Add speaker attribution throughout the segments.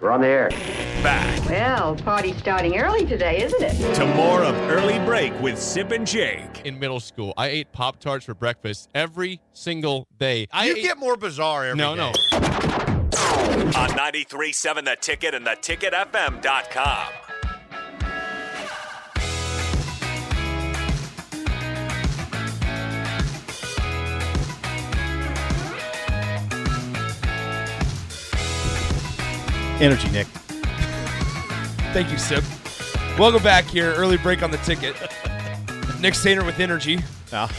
Speaker 1: We're on the air.
Speaker 2: Back
Speaker 3: Well, party's starting early today, isn't it?
Speaker 2: to more of Early Break with Sip and Jake.
Speaker 4: in middle school. I ate Pop Tarts for breakfast every single day. I
Speaker 5: you
Speaker 4: ate-
Speaker 5: get more bizarre every
Speaker 4: no,
Speaker 5: day.
Speaker 4: no.
Speaker 2: On 93.7 The Ticket and theticketfm.com.
Speaker 6: Energy, Nick.
Speaker 7: Thank you, Sip. Welcome back here. Early break on the ticket. Nick Sainer with energy.
Speaker 6: Ah,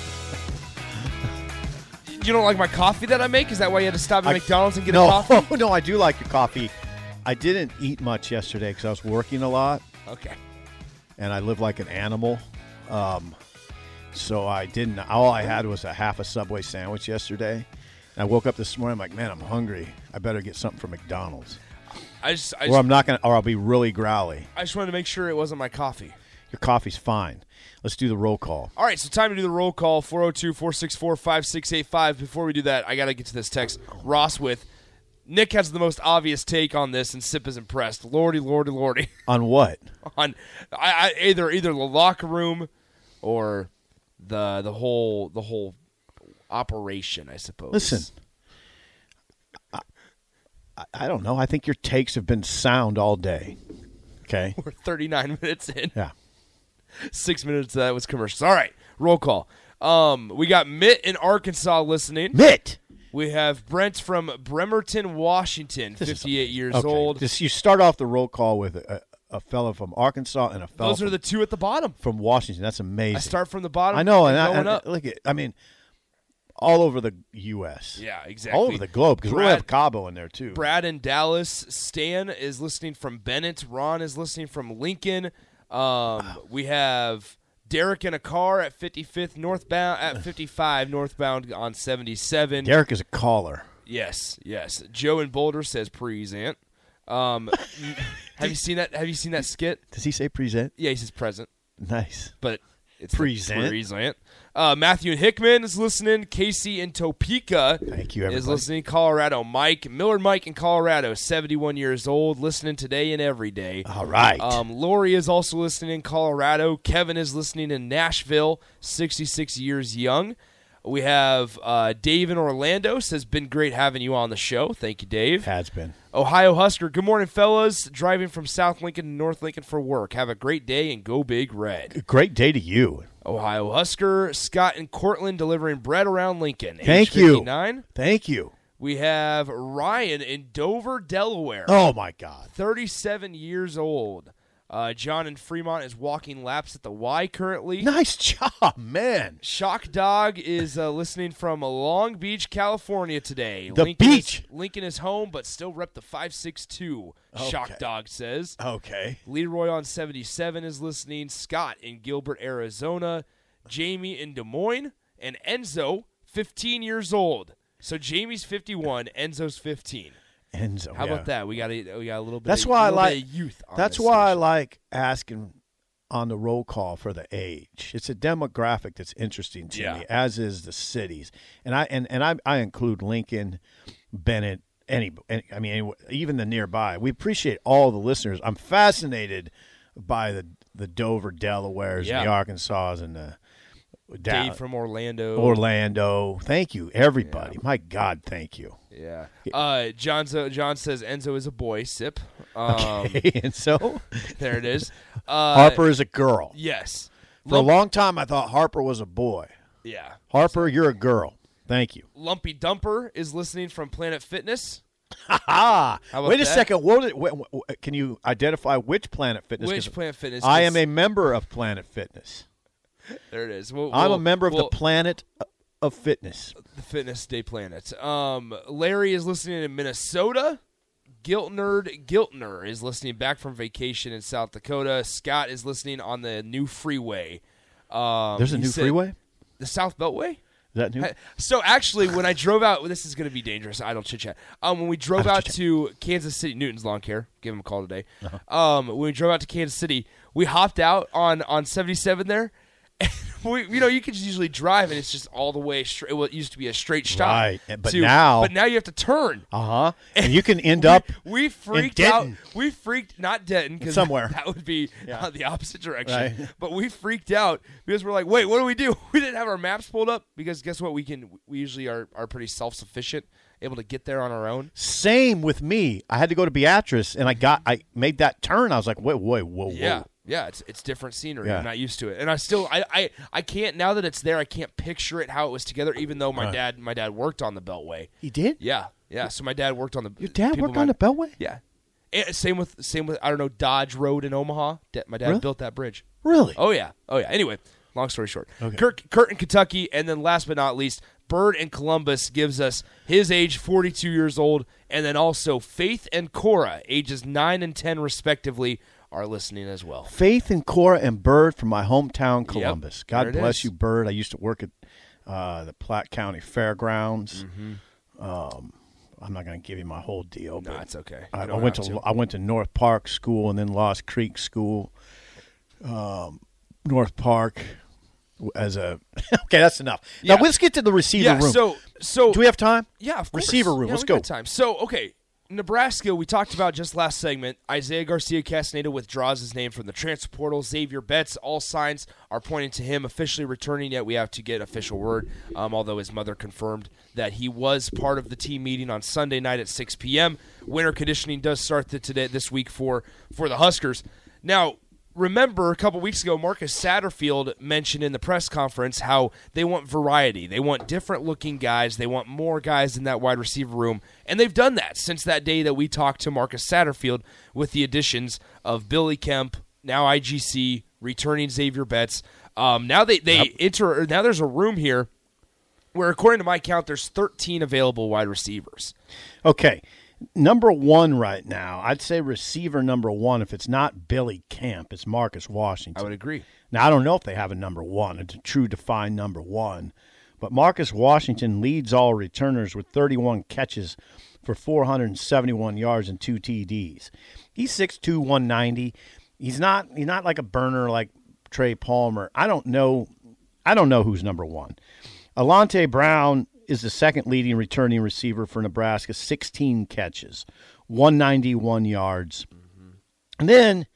Speaker 7: You don't like my coffee that I make? Is that why you had to stop at
Speaker 6: I-
Speaker 7: McDonald's and get
Speaker 6: no,
Speaker 7: a coffee?
Speaker 6: no, I do like your coffee. I didn't eat much yesterday because I was working a lot
Speaker 7: Okay.
Speaker 6: and I live like an animal. Um, so I didn't. All I had was a half a Subway sandwich yesterday. And I woke up this morning. I'm like, man, I'm hungry. I better get something from McDonald's,
Speaker 7: I just I
Speaker 6: or
Speaker 7: just,
Speaker 6: I'm not gonna, or I'll be really growly.
Speaker 7: I just wanted to make sure it wasn't my coffee.
Speaker 6: Your coffee's fine. Let's do the roll call.
Speaker 7: All right, so time to do the roll call 402 464 5685. Before we do that, I got to get to this text. Ross with Nick has the most obvious take on this, and Sip is impressed. Lordy, lordy, lordy.
Speaker 6: On what?
Speaker 7: on I, I either either the locker room or the the whole the whole operation, I suppose.
Speaker 6: Listen, I, I don't know. I think your takes have been sound all day. Okay.
Speaker 7: We're 39 minutes in.
Speaker 6: Yeah.
Speaker 7: Six minutes of that was commercials. All right, roll call. Um, we got Mitt in Arkansas listening.
Speaker 6: Mitt.
Speaker 7: We have Brent from Bremerton, Washington, 58 years
Speaker 6: Okay,
Speaker 7: old.
Speaker 6: Just, you start off the roll call with a, a fellow from Arkansas and a fellow
Speaker 7: Those
Speaker 6: from,
Speaker 7: are the two at the bottom.
Speaker 6: from Washington. That's amazing.
Speaker 7: I start from the bottom.
Speaker 6: I know, and
Speaker 7: and
Speaker 6: I,
Speaker 7: going
Speaker 6: and
Speaker 7: up.
Speaker 6: look at. I mean, all over the U.S.
Speaker 7: yeah, exactly.
Speaker 6: all over the globe because we
Speaker 7: Brad-
Speaker 6: have Cabo in there too.
Speaker 7: Brad in Dallas. Stan is listening from Bennett. Ron is listening from Lincoln. Um, we have Derek in a car at 55th northbound at 55 northbound on 77.
Speaker 6: Derek is a caller.
Speaker 7: Yes, yes. Joe in Boulder says present. Um, have you seen that? Have you seen that skit?
Speaker 6: Does he say present?
Speaker 7: Yeah, he says present,
Speaker 6: Nice.
Speaker 7: but it's the
Speaker 6: Present.
Speaker 7: Present. Uh, Matthew and Hickman is listening. Casey in Topeka
Speaker 6: Thank you,
Speaker 7: is
Speaker 6: everybody.
Speaker 7: listening. Colorado Mike Miller Mike in Colorado, seventy-one years old, listening today and every day.
Speaker 6: All right.
Speaker 7: Um, Lori is also listening in Colorado. Kevin is listening in Nashville, 66 years young. We have uh, Dave in Orlando says, Been great having you on the show. Thank you, Dave.
Speaker 6: Has been.
Speaker 7: Ohio Husker, good morning, fellas. Driving from South Lincoln to North Lincoln for work. Have a great day and go big red.
Speaker 6: Great day to you.
Speaker 7: Ohio Husker, Scott in Cortland delivering bread around Lincoln. Age
Speaker 6: Thank you.
Speaker 7: 59.
Speaker 6: Thank you.
Speaker 7: We have Ryan in Dover, Delaware.
Speaker 6: Oh my God.
Speaker 7: 37 years old. Uh, John in Fremont is walking laps at the Y currently.
Speaker 6: Nice job, man.
Speaker 7: Shock Dog is uh, listening from Long Beach, California today.
Speaker 6: The
Speaker 7: Lincoln
Speaker 6: beach.
Speaker 7: Is, Lincoln is home, but still rep the 562,
Speaker 6: Okay.
Speaker 7: Shock Dog says.
Speaker 6: Okay.
Speaker 7: Leroy on 77 is listening. Scott in Gilbert, Arizona. Jamie in Des Moines. And Enzo, 15 years old. So Jamie's 51, Enzo's 15.
Speaker 6: Enzo.
Speaker 7: How
Speaker 6: Oh, yeah.
Speaker 7: about that? We got a, we got a little bit.
Speaker 6: That's
Speaker 7: of,
Speaker 6: why I
Speaker 7: little bit
Speaker 6: like-
Speaker 7: of youth. On
Speaker 6: That's
Speaker 7: this
Speaker 6: why I
Speaker 7: station.
Speaker 6: like asking on the roll call for the age. It's a demographic that's interesting to
Speaker 7: Yeah.
Speaker 6: me, as is the cities. And I and, and I, I include Lincoln, Bennett, any, any I mean any, even the nearby. We appreciate all the listeners. I'm fascinated by the the Dover, Delawares,
Speaker 7: Yeah.
Speaker 6: and the Arkansas, and the Dal-
Speaker 7: Dave from Orlando.
Speaker 6: Orlando. Thank you, everybody. My God, thank you.
Speaker 7: yeah. Uh, John, John says Enzo is a boy. Sip. Um,
Speaker 6: and so
Speaker 7: There it is. Uh,
Speaker 6: Harper is a girl.
Speaker 7: Yes.
Speaker 6: For a long time, I thought Harper was a boy.
Speaker 7: Yeah.
Speaker 6: Harper, you're a girl. Thank you.
Speaker 7: Lumpy Dumper is listening from Planet Fitness.
Speaker 6: Ah,
Speaker 7: How about
Speaker 6: wait a
Speaker 7: that?
Speaker 6: second. What did- wh- wh- can you identify which Planet Fitness?
Speaker 7: Which
Speaker 6: 'Cause
Speaker 7: Planet Fitness?
Speaker 6: I
Speaker 7: is-
Speaker 6: am a member of Planet Fitness.
Speaker 7: There it is. We'll-
Speaker 6: I'm
Speaker 7: we'll-
Speaker 6: a member of the
Speaker 7: we'll-
Speaker 6: Planet uh, of Fitness.
Speaker 7: the Fitness Day Planet. Um, Larry is listening in Minnesota. Guilt Nerd Giltner is listening back from vacation in South Dakota. Scott is listening on the new freeway. Um,
Speaker 6: There's a
Speaker 7: he
Speaker 6: new
Speaker 7: said-
Speaker 6: freeway. Is
Speaker 7: The South Beltway.
Speaker 6: that new?
Speaker 7: Hey, So actually, when I drove out, this is going to be dangerous. I don't chit chat. Um, when we drove out to Kansas City, Newton's Lawn Care, give him a call today.
Speaker 6: Uh-huh.
Speaker 7: Um, when we drove out to Kansas City, we hopped out on on seventy seven there, and we, you know, you could just usually drive, and it's just all the way straight. Well, it used to be a straight stop.
Speaker 6: Right, and- but
Speaker 7: to-
Speaker 6: now-
Speaker 7: but now you have to turn.
Speaker 6: Uh huh. And you can end up.
Speaker 7: We freaked out.
Speaker 6: Denton.
Speaker 7: We freaked not Denton because
Speaker 6: Somewhere.
Speaker 7: that would be
Speaker 6: Yeah.
Speaker 7: uh, the opposite direction.
Speaker 6: Right.
Speaker 7: But we freaked out because we're like, wait, what do we do? We didn't have our maps pulled up because guess what? We can. We usually are are pretty self sufficient, able to get there on our own.
Speaker 6: Same with me. I had to go to Beatrice, and I got I made that turn. I was like, wait, wait, whoa, whoa.
Speaker 7: Yeah, yeah, it's it's different scenery.
Speaker 6: Yeah.
Speaker 7: I'm not used to it, and I still I, I I can't now that it's there. I can't picture it how it was together. Even though my dad my dad worked on the Beltway.
Speaker 6: He did.
Speaker 7: Yeah, yeah. So my dad worked on the.
Speaker 6: Your dad
Speaker 7: people
Speaker 6: worked on
Speaker 7: my-
Speaker 6: the Beltway.
Speaker 7: Yeah. And same with same with I don't know Dodge Road in Omaha. Da- my dad
Speaker 6: Really?
Speaker 7: built that bridge.
Speaker 6: Really?
Speaker 7: Oh yeah. Oh yeah. Anyway, long story short,
Speaker 6: Okay.
Speaker 7: Kurt Kurt in Kentucky, and then last but not least, Bird in Columbus gives us his age, 42 years old, and then also Faith and Cora, ages nine and ten respectively, are listening as well.
Speaker 6: Faith and Cora and Bird from my hometown, Columbus.
Speaker 7: there
Speaker 6: God
Speaker 7: it
Speaker 6: bless
Speaker 7: is.
Speaker 6: you, Bird. I used to work at uh, the Platte County Fairgrounds. Um, I'm not going to give you my whole deal, but
Speaker 7: Mm-hmm. No, it's okay.
Speaker 6: I,
Speaker 7: You
Speaker 6: I
Speaker 7: don't
Speaker 6: went to,
Speaker 7: have
Speaker 6: I went to North Park School and then Lost Creek School. Um, North Park as a okay, that's enough.
Speaker 7: Yeah.
Speaker 6: Now let's get to the receiver
Speaker 7: yeah.
Speaker 6: room.
Speaker 7: So so
Speaker 6: do we have time?
Speaker 7: Yeah, of course.
Speaker 6: receiver room.
Speaker 7: Yeah,
Speaker 6: let's
Speaker 7: we
Speaker 6: go.
Speaker 7: got Time. So, okay, Nebraska. We talked about just last segment. Isaiah Garcia Castaneda withdraws his name from the transfer portal. Xavier Betts. All signs are pointing to him officially returning. Yet we have to get official word. Um, although his mother confirmed that he was part of the team meeting on Sunday night at 6 p.m. Winter conditioning does start the, today this week for for the Huskers. Now, remember a couple weeks ago marcus satterfield mentioned in the press conference how they want variety they want different looking guys they want more guys in that wide receiver room and they've done that since that day that we talked to marcus satterfield with the additions of billy kemp now igc returning xavier betts um, now they, they enter now there's a room here where according to my count there's 13 available wide receivers
Speaker 6: Okay. Number one right now, I'd say receiver number one. If it's not Billy Camp, it's Marcus Washington.
Speaker 7: agree
Speaker 6: Now I don't know if they have a number one, a true defined number one, but Marcus Washington leads all returners with 31 catches for 471 yards and two TDs. He's 6'2", 190. He's not he's not like a burner like Trey Palmer. I don't know I don't know who's number one. Alante Brown is the second leading returning receiver for Nebraska, 16 catches, 191 yards. And then,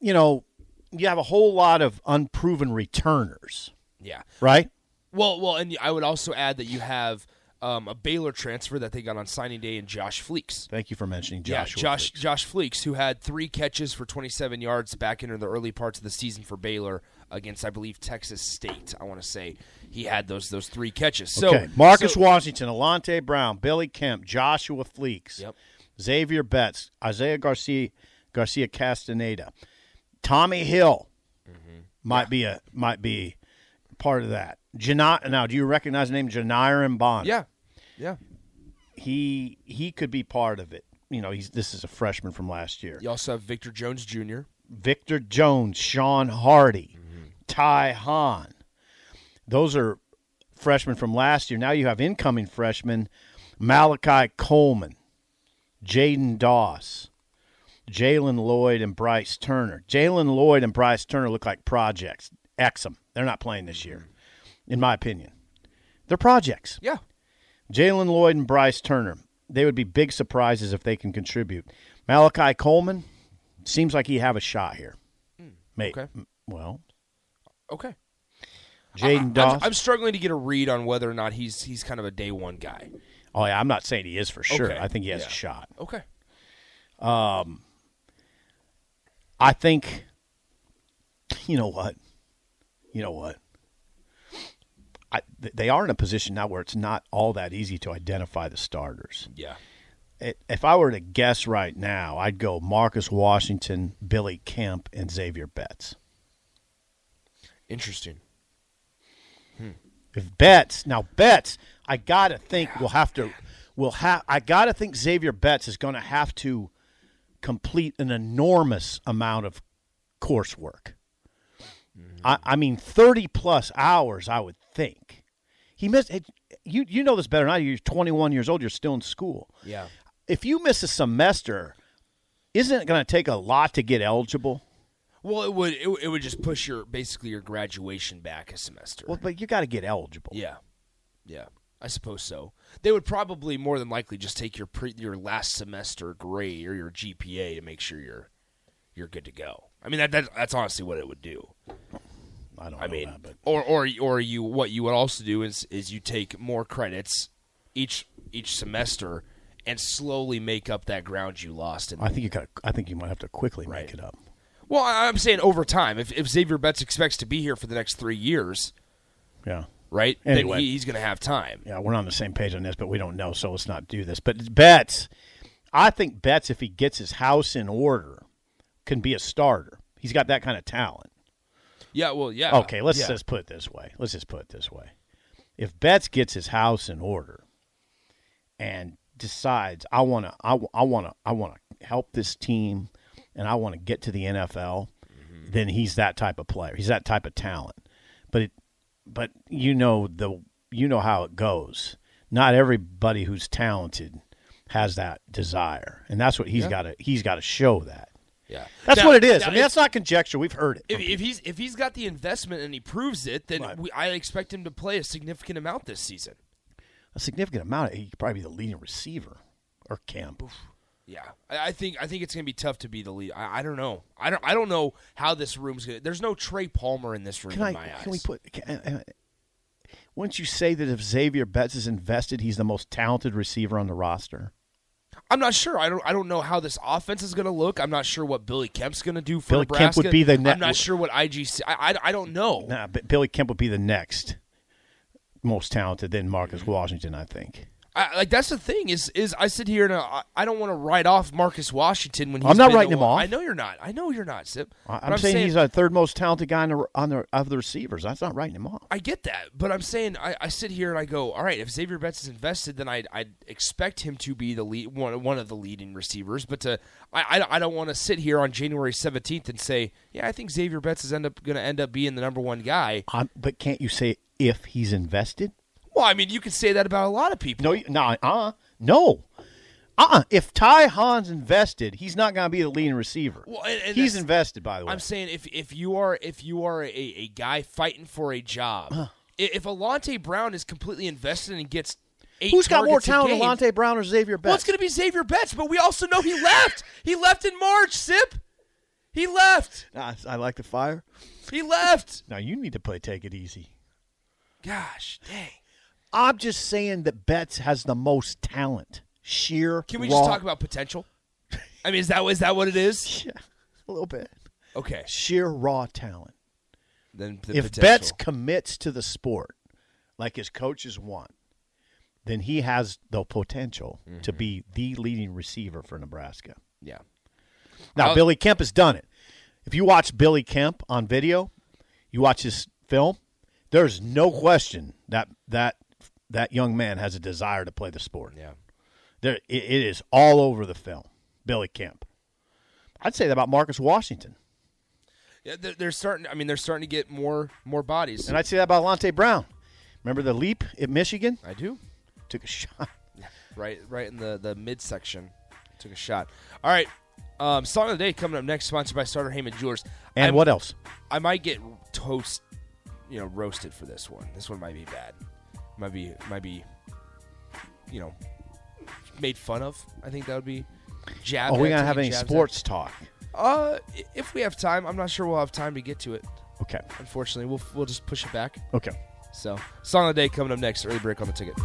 Speaker 6: you know, you have a whole lot of unproven returners,
Speaker 7: yeah
Speaker 6: right?
Speaker 7: Well, well, and I would also add that you have um, a Baylor transfer that they got on signing day in Josh Fleeks.
Speaker 6: Thank you for mentioning
Speaker 7: Yeah,
Speaker 6: Joshua.
Speaker 7: Josh Josh Fleeks, who had three catches for 27 yards back into the early parts of the season for Baylor against, I believe, Texas State. I want to say he had those those three catches. So
Speaker 6: okay, Marcus
Speaker 7: so-
Speaker 6: Washington, Alante Brown, Billy Kemp, Joshua Fleeks,
Speaker 7: Yep.
Speaker 6: Xavier Betts, Isaiah Garcia, Garcia Castaneda, Tommy Hill
Speaker 7: Mm-hmm.
Speaker 6: might be a might be part of that. Jana, now, do you recognize the name Janiron Bond?
Speaker 7: yeah, yeah.
Speaker 6: he he could be part of it. You know, he's this is a freshman from last year.
Speaker 7: You also have Victor Jones Jr.
Speaker 6: Victor Jones, Sean Hardy, Ty Hahn. Those are freshmen from last year. Now you have incoming freshmen Malachi Coleman, Jaden Doss, Jalen Lloyd, and Bryce Turner. Jalen Lloyd and Bryce Turner look like projects. X them. They're not playing this year, in my opinion. They're projects.
Speaker 7: Yeah,
Speaker 6: Jalen Lloyd and Bryce Turner. They would be big surprises if they can contribute. Malachi Coleman seems like he have a shot here. Maybe.
Speaker 7: Hmm, okay.
Speaker 6: Well,
Speaker 7: okay.
Speaker 6: Jaden
Speaker 7: I'm,
Speaker 6: Dawson.
Speaker 7: I'm struggling to get a read on whether or not he's he's kind of a day one guy.
Speaker 6: oh yeah, I'm not saying he is for sure.
Speaker 7: Okay.
Speaker 6: I think he has
Speaker 7: Yeah.
Speaker 6: a shot.
Speaker 7: Okay.
Speaker 6: I think. You know what? You know what? I, th- they are in a position now where it's not all that easy to identify the starters.
Speaker 7: Yeah.
Speaker 6: It, if I were to guess right now, I'd go Marcus Washington, Billy Kemp, and Xavier Betts.
Speaker 7: Interesting.
Speaker 6: If Betts now Betts, I gotta think we'll have to we'll have I gotta think Xavier Betts is gonna have to complete an enormous amount of coursework.
Speaker 7: Mm-hmm.
Speaker 6: I, I mean thirty plus hours, I would think. He missed it, you you know this better than I do. You're twenty one years old, you're still in school.
Speaker 7: Yeah.
Speaker 6: If you miss a semester, isn't it gonna take a lot to get eligible?
Speaker 7: Well, it would it, would- it would just push your basically your graduation back a semester.
Speaker 6: Well, but you got to get eligible.
Speaker 7: yeah, yeah, I suppose so. They would probably more than likely just take your pre, your last semester grade or your GPA to make sure you're you're good to go. I mean that, that that's honestly what it would do.
Speaker 6: I don't.
Speaker 7: I
Speaker 6: know
Speaker 7: mean,
Speaker 6: that, but
Speaker 7: or or or you what you would also do is is you take more credits each each semester and slowly make up that ground you lost. And
Speaker 6: I think you got. I think you might have to quickly
Speaker 7: Right.
Speaker 6: make it up.
Speaker 7: well, I, I'm saying over time, if if Xavier Betts expects to be here for the next three years,
Speaker 6: Yeah.
Speaker 7: right, then
Speaker 6: Anyway.
Speaker 7: he, he's going to have time.
Speaker 6: Yeah, we're on the same page on this, but we don't know, so let's not do this. But Betts, I think Betts, if he gets his house in order, can be a starter. He's got that kind of talent.
Speaker 7: Yeah, well, yeah.
Speaker 6: Okay, let's
Speaker 7: yeah.
Speaker 6: just put it this way. Let's just put it this way. If Betts gets his house in order and decides I want to I, want to I want to help this team and I want to get to the NFL,
Speaker 7: Mm-hmm.
Speaker 6: then he's that type of player. He's that type of talent. But it but you know the you know how it goes. Not everybody who's talented has that desire. And that's what he's got to he's got to show that.
Speaker 7: yeah.
Speaker 6: That's
Speaker 7: Now-
Speaker 6: what it is.
Speaker 7: now
Speaker 6: I mean,
Speaker 7: if-
Speaker 6: that's not conjecture. We've heard it.
Speaker 7: If,
Speaker 6: from
Speaker 7: if he's if he's got the investment and he proves it, then
Speaker 6: Right.
Speaker 7: we, I expect him to play a significant amount this season.
Speaker 6: a significant amount. He could probably be the leading receiver or camp.
Speaker 7: Yeah, I, I think I think it's gonna be tough to be the lead. I, I don't know. I don't I don't know how this room's gonna. There's no Trey Palmer in this room
Speaker 6: Can
Speaker 7: in
Speaker 6: I?
Speaker 7: my eyes.
Speaker 6: Can we put? Can, uh, wouldn't you say that if Xavier Betts is invested, he's the most talented receiver on the roster?
Speaker 7: I'm not sure. I don't I don't know how this offense is gonna look. I'm not sure what Billy Kemp's gonna do for
Speaker 6: Billy Kemp
Speaker 7: Nebraska.
Speaker 6: would be the net-
Speaker 7: I'm not sure what IGC. I I, I don't know.
Speaker 6: Nah, but Billy Kemp would be the next most talented, then
Speaker 7: Mm-hmm.
Speaker 6: Marcus Washington, I think.
Speaker 7: I, like that's the thing is is I sit here and I, I don't want to write off Marcus Washington when he's
Speaker 6: I'm not
Speaker 7: been the
Speaker 6: writing him
Speaker 7: one-
Speaker 6: off.
Speaker 7: I know you're not. I know you're not. Sip.
Speaker 6: I-
Speaker 7: But
Speaker 6: I'm, saying, he's the third most talented guy on the, on the of the receivers. That's not writing him off.
Speaker 7: I get that, but I'm saying I, I sit here and I go, all right, if Xavier Betts is invested, then I'd, I'd expect him to be the lead, one one of the leading receivers. But to I I, I don't want to sit here on January 17th and say, yeah, I think Xavier Betts is end up going to end up being the number one guy.
Speaker 6: I'm, but can't you say if he's invested?
Speaker 7: Well, I mean, you could say that about a lot of people.
Speaker 6: No, you- no, uh, uh no. Uh, if Ty Han's invested, he's not going to be the leading receiver.
Speaker 7: Well, and- and
Speaker 6: he's
Speaker 7: that's-
Speaker 6: invested, by the way.
Speaker 7: I'm saying if if you are if you are a, a guy fighting for a job,
Speaker 6: Uh-huh.
Speaker 7: i- if Alante Brown is completely invested and gets eight
Speaker 6: Who's got more
Speaker 7: targets a
Speaker 6: talent,
Speaker 7: game-
Speaker 6: Alante Brown or Xavier Betts?
Speaker 7: Well, it's going to be Xavier Betts, but we also know he left. he left in March, Sip. He left.
Speaker 6: Ah, I like the fire.
Speaker 7: He left.
Speaker 6: Now you need to play Take It Easy.
Speaker 7: Gosh, dang.
Speaker 6: I'm just saying that Betts has the most talent. Sheer.
Speaker 7: Can we
Speaker 6: raw,
Speaker 7: just talk about potential? I mean, is that is that what it is?
Speaker 6: Yeah, a little bit?
Speaker 7: Okay.
Speaker 6: Sheer raw talent.
Speaker 7: Then the
Speaker 6: If
Speaker 7: potential.
Speaker 6: Betts commits to the sport, like his coaches want, then he has the potential to
Speaker 7: Mm-hmm.
Speaker 6: be the leading receiver for Nebraska.
Speaker 7: yeah.
Speaker 6: Now
Speaker 7: I'll-
Speaker 6: Billy Kemp has done it. If you watch Billy Kemp on video, you watch his film. There's no question that that that young man has a desire to play the sport.
Speaker 7: Yeah.
Speaker 6: There, it, it is all over the film. Billy Kemp. I'd say that about Marcus Washington,
Speaker 7: Yeah, they're, they're starting. I mean, they're starting to get more more bodies.
Speaker 6: and I'd say that about Lante Brown. Remember the leap at Michigan?
Speaker 7: I do.
Speaker 6: Took a shot.
Speaker 7: right right in the the midsection took a shot all right um song of the day coming up next sponsored by starter Heyman jewelers
Speaker 6: And
Speaker 7: I'm-
Speaker 6: what else?
Speaker 7: i might get toast you know roasted for this one this one might be bad might be might be you know made fun of i think that would be jab
Speaker 6: Oh, we
Speaker 7: at
Speaker 6: gonna
Speaker 7: me,
Speaker 6: have any
Speaker 7: jabs at-
Speaker 6: sports talk?
Speaker 7: uh i- if we have time i'm not sure we'll have time to get to it
Speaker 6: Okay.
Speaker 7: unfortunately we'll we'll just push it back
Speaker 6: Okay.
Speaker 7: so song of the day coming up next early break on the ticket